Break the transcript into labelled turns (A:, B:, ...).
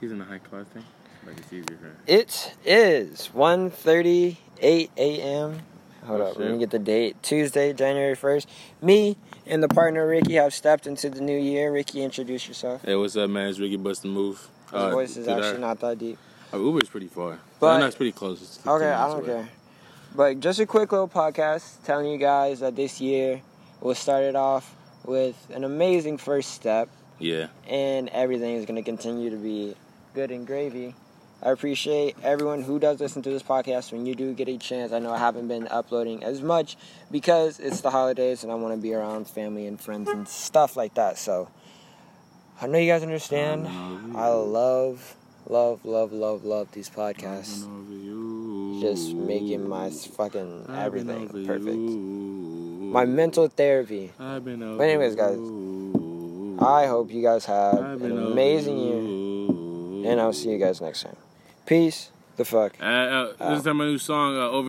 A: He's in the high class thing. Like it's easier for him.
B: It is 1.38 a.m. Hold
A: Oh,
B: up, let
A: shit.
B: me get the date. Tuesday, January 1st. Me and the partner Ricky have stepped into the new year. Ricky, introduce yourself.
A: Hey, what's up, man? It's Ricky Busta Move.
B: His voice is
A: did
B: actually
A: Uh, I-
B: not that deep.
A: Uh, Uber's pretty far.
B: But-
A: But no, it's pretty close. It's 15
B: Okay, I
A: minutes
B: don't
A: away.
B: care. But just a quick little podcast telling you guys that this year we started off with an amazing first step,
A: Yeah.
B: and everything is going to continue to be good and gravy. I appreciate everyone who does listen to this podcast. When you do get a chance, I know I haven't been uploading as much because it's the holidays and I want to be around family and friends and stuff like that. So I know you guys understand.
A: I'm
B: I love, love, love, love, love these podcasts
A: Coming over you.
B: just making my s- fucking
A: I've been
B: everything
A: over
B: perfect.
A: you.
B: My mental therapy.
A: I've been over
B: But anyways, guys,
A: you.
B: I hope you guys have
A: I've been
B: an
A: over
B: amazing year,
A: you.
B: and I'll see you guys next time. Peace the fuck.
A: Uh, uh, this is my new song, uh, Over.